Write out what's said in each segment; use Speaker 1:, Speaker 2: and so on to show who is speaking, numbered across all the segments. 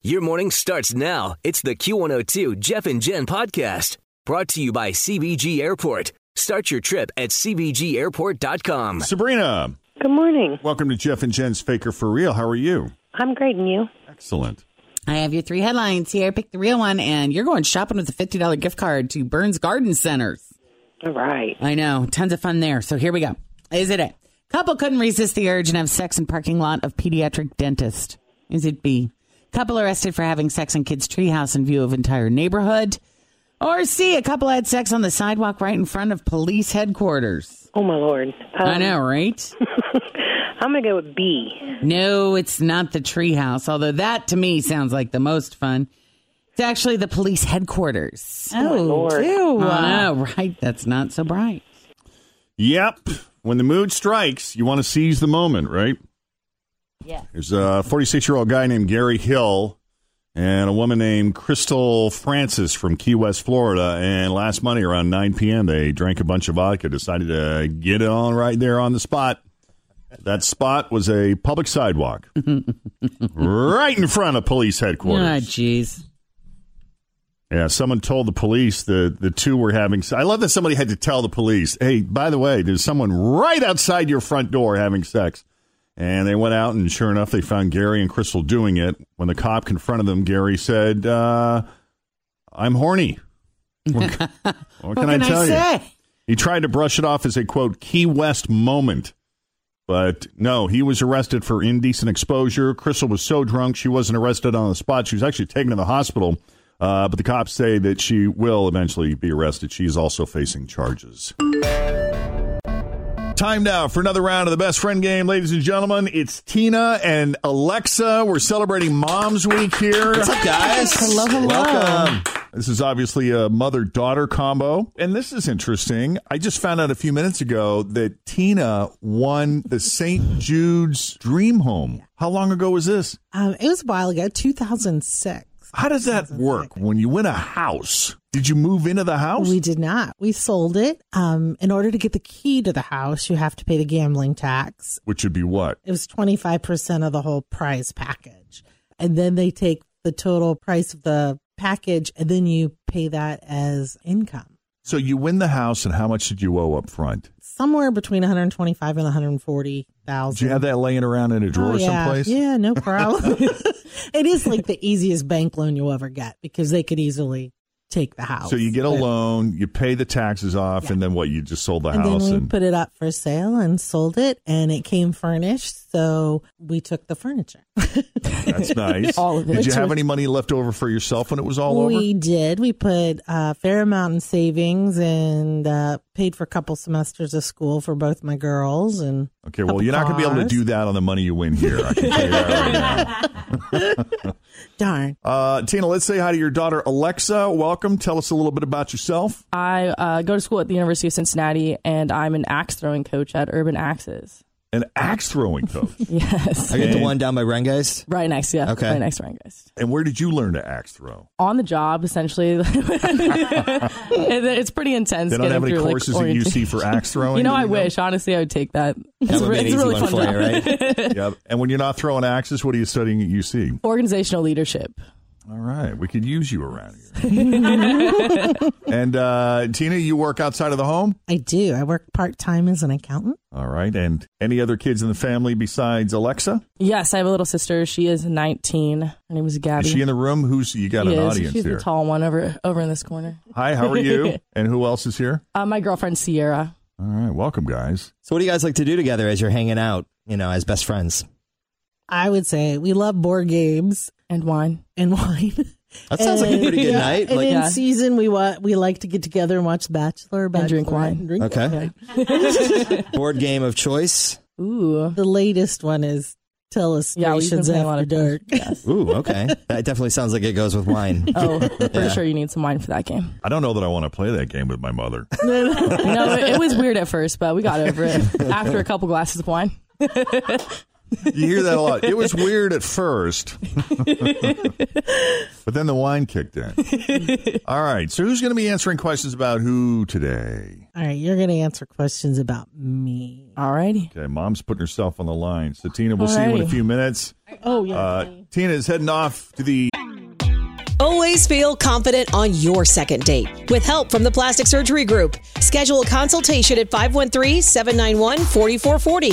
Speaker 1: Your morning starts now. It's the Q102 Jeff and Jen podcast brought to you by CBG Airport. Start your trip at CBGAirport.com.
Speaker 2: Sabrina,
Speaker 3: Good morning.
Speaker 2: welcome to Jeff and Jen's Faker for Real. How are you?
Speaker 3: I'm great, and you?
Speaker 2: Excellent.
Speaker 4: I have your three headlines here. Pick the real one, and you're going shopping with a $50 gift card to Burns Garden Centers.
Speaker 3: All right.
Speaker 4: I know, tons of fun there. So here we go. Is it A? Couple couldn't resist the urge and have sex in parking lot of pediatric dentist. Is it B? Couple arrested for having sex in kids' treehouse in view of entire neighborhood. Or C? A couple had sex on the sidewalk right in front of police headquarters.
Speaker 3: Oh my lord. Um,
Speaker 4: I know, right?
Speaker 3: I'm gonna go with B.
Speaker 4: No, it's not the treehouse, although that to me sounds like the most fun. It's actually the police headquarters.
Speaker 3: Oh, Lord.
Speaker 4: ew. I know, right? That's not so bright.
Speaker 2: Yep. When the mood strikes, you want to seize the moment, right? Yeah. There's a 46 year old guy named Gary Hill and a woman named Crystal Francis from Key West, Florida. And last Monday around 9 p.m., they drank a bunch of vodka, decided to get it on right there on the spot. That spot was a public sidewalk right in front of police headquarters.
Speaker 4: Ah, jeez.
Speaker 2: Yeah, someone told the police the the two were having. I love that somebody had to tell the police, "Hey, by the way, there's someone right outside your front door having sex." And they went out, and sure enough, they found Gary and Crystal doing it. When the cop confronted them, Gary said, uh, "I'm horny." What, ca- what
Speaker 4: What can I,
Speaker 2: tell you?
Speaker 4: say?
Speaker 2: He tried to brush it off as a quote Key West moment. But no, he was arrested for indecent exposure. Crystal was so drunk she wasn't arrested on the spot. She was actually taken to the hospital. Uh, but the cops say that she will eventually be arrested. She is also facing charges. Time now for another round of the best friend game, ladies and gentlemen. It's Tina and Alexa. We're celebrating Mom's Week here. What's up, guys?
Speaker 4: Hello, hello.
Speaker 2: Welcome. This is obviously a mother daughter combo. And this is interesting. I just found out a few minutes ago that Tina won the St. Jude's Dream Home. How long ago was this?
Speaker 5: Um, it was a while ago, 2006.
Speaker 2: How does that work when you win a house? Did you move into the house?
Speaker 5: We did not. We sold it. Um, in order to get the key to the house, you have to pay the gambling tax.
Speaker 2: Which would be what?
Speaker 5: It was 25% of the whole prize package. And then they take the total price of the package and then you pay that as income.
Speaker 2: So you win the house, and how much did you owe up front?
Speaker 5: Somewhere between 125 and 140,000.
Speaker 2: Did you have that laying around in a drawer
Speaker 5: Oh, yeah.
Speaker 2: someplace?
Speaker 5: Yeah, no problem. it is like the easiest bank loan you'll ever get because they could easily take the house.
Speaker 2: So you get a
Speaker 5: But-
Speaker 2: loan, you pay the taxes off, and then what? You just sold the
Speaker 5: and
Speaker 2: house,
Speaker 5: then we
Speaker 2: and
Speaker 5: put it up for sale and sold it and it came furnished so we took the furniture
Speaker 2: that's nice.
Speaker 5: All of it.
Speaker 2: Did you
Speaker 5: Which
Speaker 2: have
Speaker 5: was-
Speaker 2: any money left over for yourself when it was all
Speaker 5: we
Speaker 2: over?
Speaker 5: did we put a fair amount in savings and uh, paid for a couple semesters of school for both my girls and
Speaker 2: Okay, well, you're not going to be able to
Speaker 5: cars.
Speaker 2: do that on the money you win here. I can tell you that right now.
Speaker 5: darn
Speaker 2: Uh, Tina, let's say hi to your daughter Alexa. Welcome. Tell us a little bit about yourself.
Speaker 6: I uh, go to school at the University of Cincinnati, and I'm an axe throwing coach at Urban Axes.
Speaker 2: An axe throwing coach.
Speaker 6: Yes,
Speaker 7: I get the
Speaker 2: And-
Speaker 7: one down by Rengeist.
Speaker 6: right next, yeah,
Speaker 7: Okay.
Speaker 6: right next to Rangeist.
Speaker 2: and where did you learn to axe throw?
Speaker 6: On the job, essentially, It- it's pretty intense.
Speaker 2: They don't have
Speaker 6: getting
Speaker 2: any
Speaker 6: through, like,
Speaker 2: courses at
Speaker 6: orientation.
Speaker 2: UC for axe throwing.
Speaker 6: You know, I
Speaker 2: There
Speaker 6: wish honestly I would take that.
Speaker 7: That
Speaker 6: It's,
Speaker 7: would be
Speaker 6: re- it's
Speaker 7: an
Speaker 6: a
Speaker 7: easy
Speaker 6: really fun
Speaker 7: one for
Speaker 6: job.
Speaker 7: you, right?
Speaker 2: Yep. And when you're not throwing axes, what are you studying at UC?
Speaker 6: Organizational leadership.
Speaker 2: All right, we could use you around here. and uh, Tina, you work outside of the home.
Speaker 5: i do i work part-time as an accountant
Speaker 2: All right, and any other kids in the family besides Alexa?
Speaker 6: Yes, I have a little sister. She is 19. Her name is Gabby.
Speaker 2: Is she in the room? Who's you got
Speaker 6: She
Speaker 2: an
Speaker 6: is.
Speaker 2: audience
Speaker 6: She's
Speaker 2: here?
Speaker 6: the tall one over over in this corner.
Speaker 2: Hi, how are you? and who else is here?
Speaker 6: Uh, my girlfriend Sierra.
Speaker 2: All right, welcome guys.
Speaker 7: So, what do you guys like to do together as you're hanging out? You know, as best friends.
Speaker 5: i would say we love board games
Speaker 6: And wine.
Speaker 5: and wine
Speaker 7: That sounds like a
Speaker 5: And-
Speaker 7: pretty good
Speaker 5: yeah,
Speaker 7: night.
Speaker 5: and
Speaker 7: Like,
Speaker 5: in
Speaker 6: Yeah.
Speaker 5: season we wa- we like to get together and watch bachelor, bachelor
Speaker 6: drink wine.
Speaker 5: and drink
Speaker 7: okay, board game of choice.
Speaker 6: Ooh.
Speaker 5: The latest one is till
Speaker 6: Yeah, we've been
Speaker 5: illustrations
Speaker 6: playing a lot
Speaker 5: after
Speaker 6: of
Speaker 5: dark.
Speaker 6: Yes.
Speaker 7: Ooh, okay. that definitely sounds like it goes with wine.
Speaker 6: Oh, for sure, you need some wine for that game.
Speaker 2: I don't know that I want to play that game with my mother.
Speaker 6: No, it, it was weird at first, but we got over it after a couple glasses of wine.
Speaker 2: You hear that a lot. It was weird at first, but then the wine kicked in. All right. So who's going to be answering questions about who today?
Speaker 5: All right, you're going to answer questions about me.
Speaker 6: Alrighty.
Speaker 2: Okay, mom's putting herself on the line. So Tina, we'll see you in a
Speaker 6: Alrighty.
Speaker 2: few minutes.
Speaker 5: Oh yeah.
Speaker 2: Uh, Tina is heading off to the
Speaker 8: Always feel confident on your second date with help from the Plastic Surgery Group. Schedule a consultation at 513 791 4440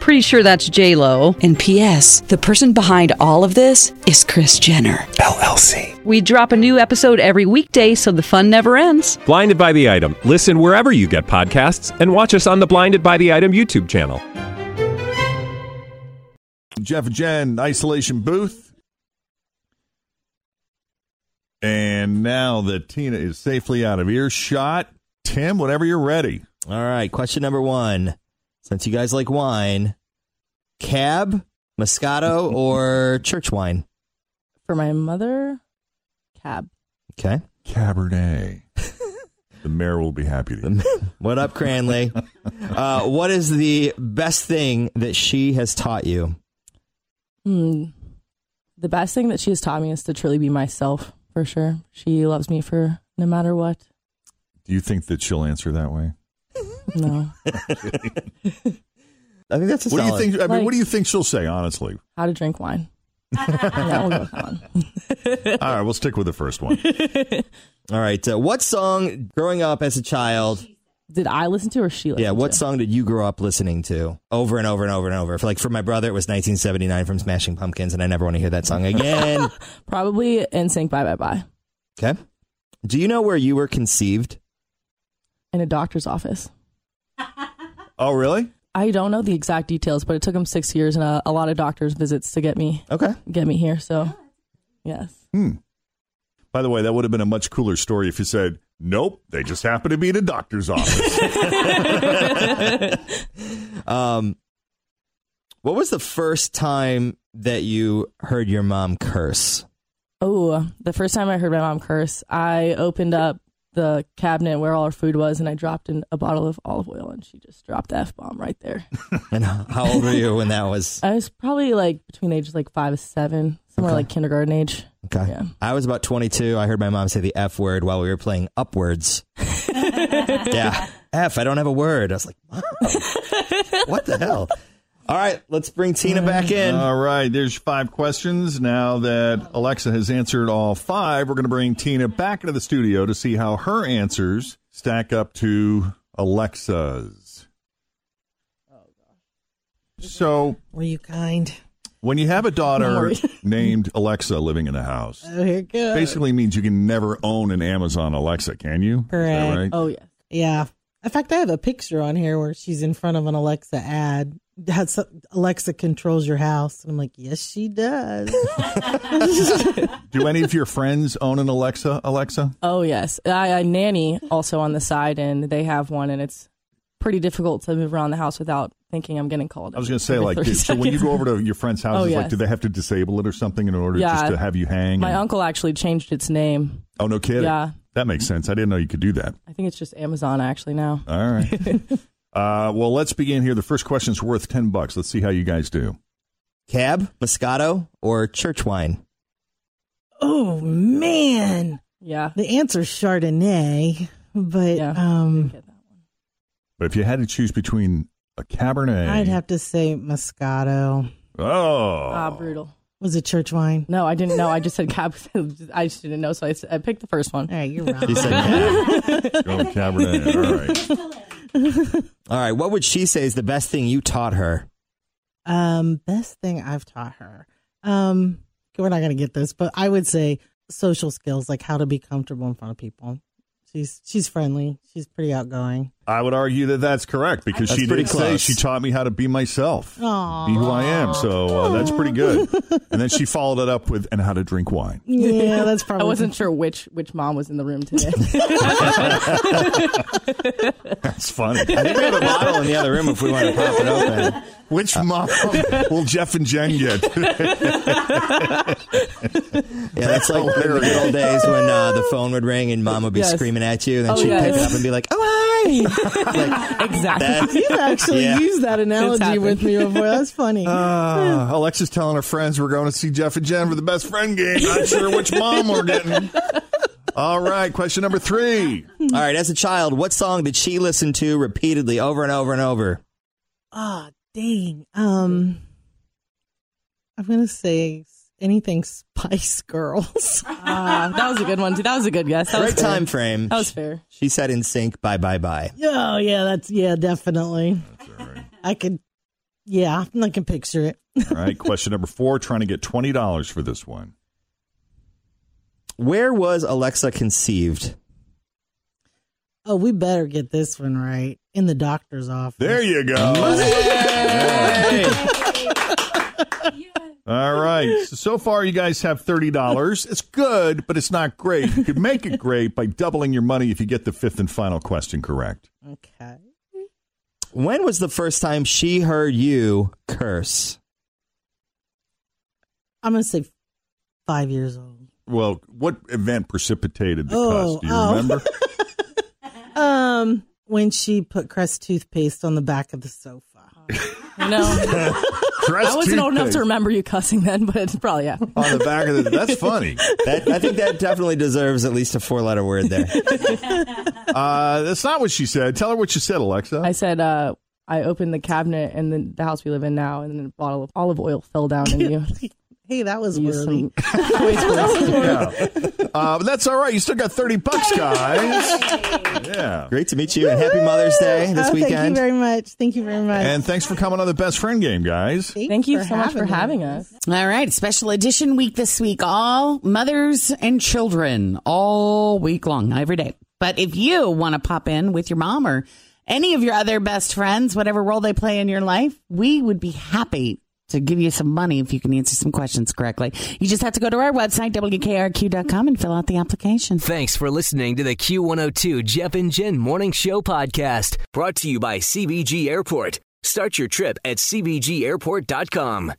Speaker 8: Pretty sure that's J Lo. And P.S. The person behind all of this is Chris Jenner.
Speaker 9: LLC.
Speaker 8: We drop a new episode every weekday, so the fun never ends.
Speaker 9: Blinded by the item. Listen wherever you get podcasts, and watch us on the Blinded by the Item YouTube channel.
Speaker 2: Jeff and Jen isolation booth. And now that Tina is safely out of earshot, Tim, whenever you're ready.
Speaker 7: All right. Question number one. Since you guys like wine, cab, Moscato, or church wine?
Speaker 6: For my mother, cab.
Speaker 7: Okay.
Speaker 2: Cabernet. the mayor will be happy to.
Speaker 7: What up, Cranley? uh, what is the best thing that she has taught you?
Speaker 6: Hmm. The best thing that she has taught me is to truly be myself, for sure. She loves me for no matter what.
Speaker 2: Do you think that she'll answer that way?
Speaker 6: No.
Speaker 7: I think that's a
Speaker 2: What do you
Speaker 7: solid.
Speaker 2: think? I mean,
Speaker 6: Like-
Speaker 2: what do you think she'll say? Honestly,
Speaker 6: How to drink wine. yeah, we'll go with that one.
Speaker 2: all right, we'll stick with the first one.
Speaker 7: All right. Uh, what song growing up as a child?
Speaker 6: Did I listen to or she listened
Speaker 7: Yeah. What
Speaker 6: to?
Speaker 7: song did you grow up listening to over and over and over and over? For like for my brother, it was 1979 from Smashing Pumpkins, and I never want to hear that song again.
Speaker 6: Probably NSYNC Bye Bye Bye
Speaker 7: okay. Do you know where you were conceived?
Speaker 6: in a doctor's office.
Speaker 2: Oh, really?
Speaker 6: I don't know the exact details, but it took him six years and a, a lot of doctor's visits to get me
Speaker 7: Okay.
Speaker 6: get me here. So, yes.
Speaker 2: By the way, that would have been a much cooler story if you said, "Nope, they just happened to be in a doctor's office."
Speaker 7: Um, what was the first time that you heard your mom curse?
Speaker 6: Oh, the first time I heard my mom curse, I opened up the cabinet where all our food was and I dropped in a bottle of olive oil and she just dropped the F bomb right there.
Speaker 7: And how old were you when that was?
Speaker 6: I was probably like between ages like five and seven, somewhere like kindergarten age.
Speaker 7: Okay.
Speaker 6: Yeah.
Speaker 7: I was about 22. I heard my mom say the F word while we were playing Upwards. yeah. F, I don't have a word. I was like, Mom, what the hell? All right, let's bring Tina back in.
Speaker 2: Mm, all right, there's five questions. Now that Alexa has answered all five, we're going to bring Tina back into the studio to see how her answers stack up to Alexa's. So,
Speaker 5: Were you kind?
Speaker 2: when you have a daughter
Speaker 6: worry.
Speaker 2: named Alexa living in a house,
Speaker 5: Oh, here it goes.
Speaker 2: basically means you can never own an Amazon Alexa, can you? Is that
Speaker 5: Correct.
Speaker 2: right?
Speaker 6: Oh, yeah.
Speaker 5: Yeah. In fact, I have a picture on here where she's in front of an Alexa ad. That's Alexa controls your house. And I'm like, yes, she does.
Speaker 2: Do any of your friends own an Alexa? Alexa?
Speaker 6: Oh, yes. I, I nanny also on the side and they have one and it's pretty difficult to move around the house without thinking I'm getting called.
Speaker 2: I was going to
Speaker 6: every
Speaker 2: say, like,
Speaker 6: 30
Speaker 2: do- so when you
Speaker 6: seconds.
Speaker 2: go over to your friend's house,
Speaker 6: Oh,
Speaker 2: it's like,
Speaker 6: yes.
Speaker 2: do they have to disable it or something in order
Speaker 6: Yeah.
Speaker 2: just to have you hang?
Speaker 6: My
Speaker 2: and-
Speaker 6: uncle actually changed its name.
Speaker 2: Oh, no kidding.
Speaker 6: Yeah.
Speaker 2: That makes sense. I didn't know you could do that.
Speaker 6: I think it's just Amazon actually now.
Speaker 2: All right. uh, well, let's begin here. The first question's worth 10 bucks. Let's see how you guys do.
Speaker 7: Cab, Moscato, or church wine?
Speaker 5: oh, man.
Speaker 6: Yeah.
Speaker 5: The answer's Chardonnay. But
Speaker 6: Yeah.
Speaker 5: um,
Speaker 2: But if you had to choose between a Cabernet.
Speaker 5: I'd have to say Moscato.
Speaker 2: Oh.
Speaker 6: Ah, brutal.
Speaker 5: Was it church wine?
Speaker 6: No, I didn't know. I just said cab. I just didn't know, so I, s- I picked the first one.
Speaker 5: All right, you're wrong.
Speaker 7: She said cab.
Speaker 2: Go Cabernet. All right.
Speaker 7: All right, what would she say is the best thing you taught her?
Speaker 5: Um, best thing I've taught her. Um, we're not gonna get this, but I would say social skills, like how to be comfortable in front of people. She's she's friendly. She's pretty outgoing.
Speaker 2: I would argue that that's correct because
Speaker 5: That's
Speaker 2: she
Speaker 5: pretty
Speaker 2: did say
Speaker 5: close.
Speaker 2: she taught me how to be myself,
Speaker 5: Aw.
Speaker 2: be who I am. So uh, that's pretty good. and then she followed it up with and how to drink wine.
Speaker 5: Yeah, that's probably-
Speaker 6: I wasn't sure which which mom was in the room today.
Speaker 2: That's funny. I
Speaker 7: think we have a bottle in the other room if we want to pop it open.
Speaker 2: Which mom will Jeff and Jen get?
Speaker 7: Yeah, that's like the good old days when uh, the phone would ring and mom would be
Speaker 6: Yes.
Speaker 7: screaming at you, and then
Speaker 6: Oh,
Speaker 7: she'd pick it
Speaker 6: yes.
Speaker 7: up and be like, "Oh,
Speaker 6: Like, exactly.
Speaker 7: That-
Speaker 5: You've actually
Speaker 7: Yeah.
Speaker 5: used that
Speaker 7: It's
Speaker 5: analogy
Speaker 7: happened.
Speaker 5: with me before. That's funny.
Speaker 2: Uh, Alexa's telling her friends we're going to see Jeff and Jen for the best friend game. Not sure which mom we're getting. All right, question number three.
Speaker 7: All right, as a child, what song did she listen to repeatedly over and over and over?
Speaker 5: Ah, dang. Um, I'm gonna say anything Spice Girls.
Speaker 6: Ah, that was a good one too. That was a good guess. That was
Speaker 7: Great
Speaker 6: fair.
Speaker 7: time frame.
Speaker 6: That was fair.
Speaker 7: She said in sync, bye bye bye.
Speaker 5: oh yeah, that's yeah, definitely. I could, yeah, I can picture it.
Speaker 2: All right, question number four. Trying to get twenty dollars for this one.
Speaker 7: Where was Alexa conceived?
Speaker 5: Oh, we better get this one right in the doctor's office.
Speaker 2: There you go. All right. So, so far, you guys have $30. It's good, but it's not great. You could make it great by doubling your money if you get the fifth and final question correct.
Speaker 5: Okay.
Speaker 7: When was the first time she heard you curse?
Speaker 5: I'm gonna say five years old.
Speaker 2: Well, what event precipitated the
Speaker 5: Oh,
Speaker 2: cuss? Do you
Speaker 5: oh.
Speaker 2: remember?
Speaker 5: Um, when she put Crest toothpaste on the back of the sofa.
Speaker 6: No, I
Speaker 2: Crest
Speaker 6: wasn't old enough
Speaker 2: toothpaste
Speaker 6: to remember you cussing then, but it's probably yeah.
Speaker 2: On the back of the. That's funny.
Speaker 7: That, I think that definitely deserves at least a four letter word there.
Speaker 2: Uh, that's not what she said. Tell her what you said, Alexa.
Speaker 6: I said uh, I opened the cabinet and then the house we live in now, and then a bottle of olive oil fell down, and you
Speaker 5: Hey, that was
Speaker 6: used
Speaker 5: worthy.
Speaker 6: some. Wait,
Speaker 2: Yeah. Uh, but that's all right. You still got 30 bucks, guys. Yeah.
Speaker 7: Great to meet you and happy Mother's Day this
Speaker 5: oh, Thank you
Speaker 7: weekend.
Speaker 5: very much. Thank you very much.
Speaker 2: And thanks for coming on the best friend game, guys.
Speaker 6: Thank you so much for having
Speaker 5: us.
Speaker 6: us.
Speaker 4: All right, special edition week this week. All mothers and children all week long, every day. But if you want to pop in with your mom or any of your other best friends, whatever role they play in your life, we would be happy to give you some money if you can answer some questions correctly. You just have to go to our website, wkrq.com, and fill out the application.
Speaker 1: Thanks for listening to the Q102 Jeff and Jen Morning Show podcast brought to you by CBG Airport. Start your trip at CBGAirport.com.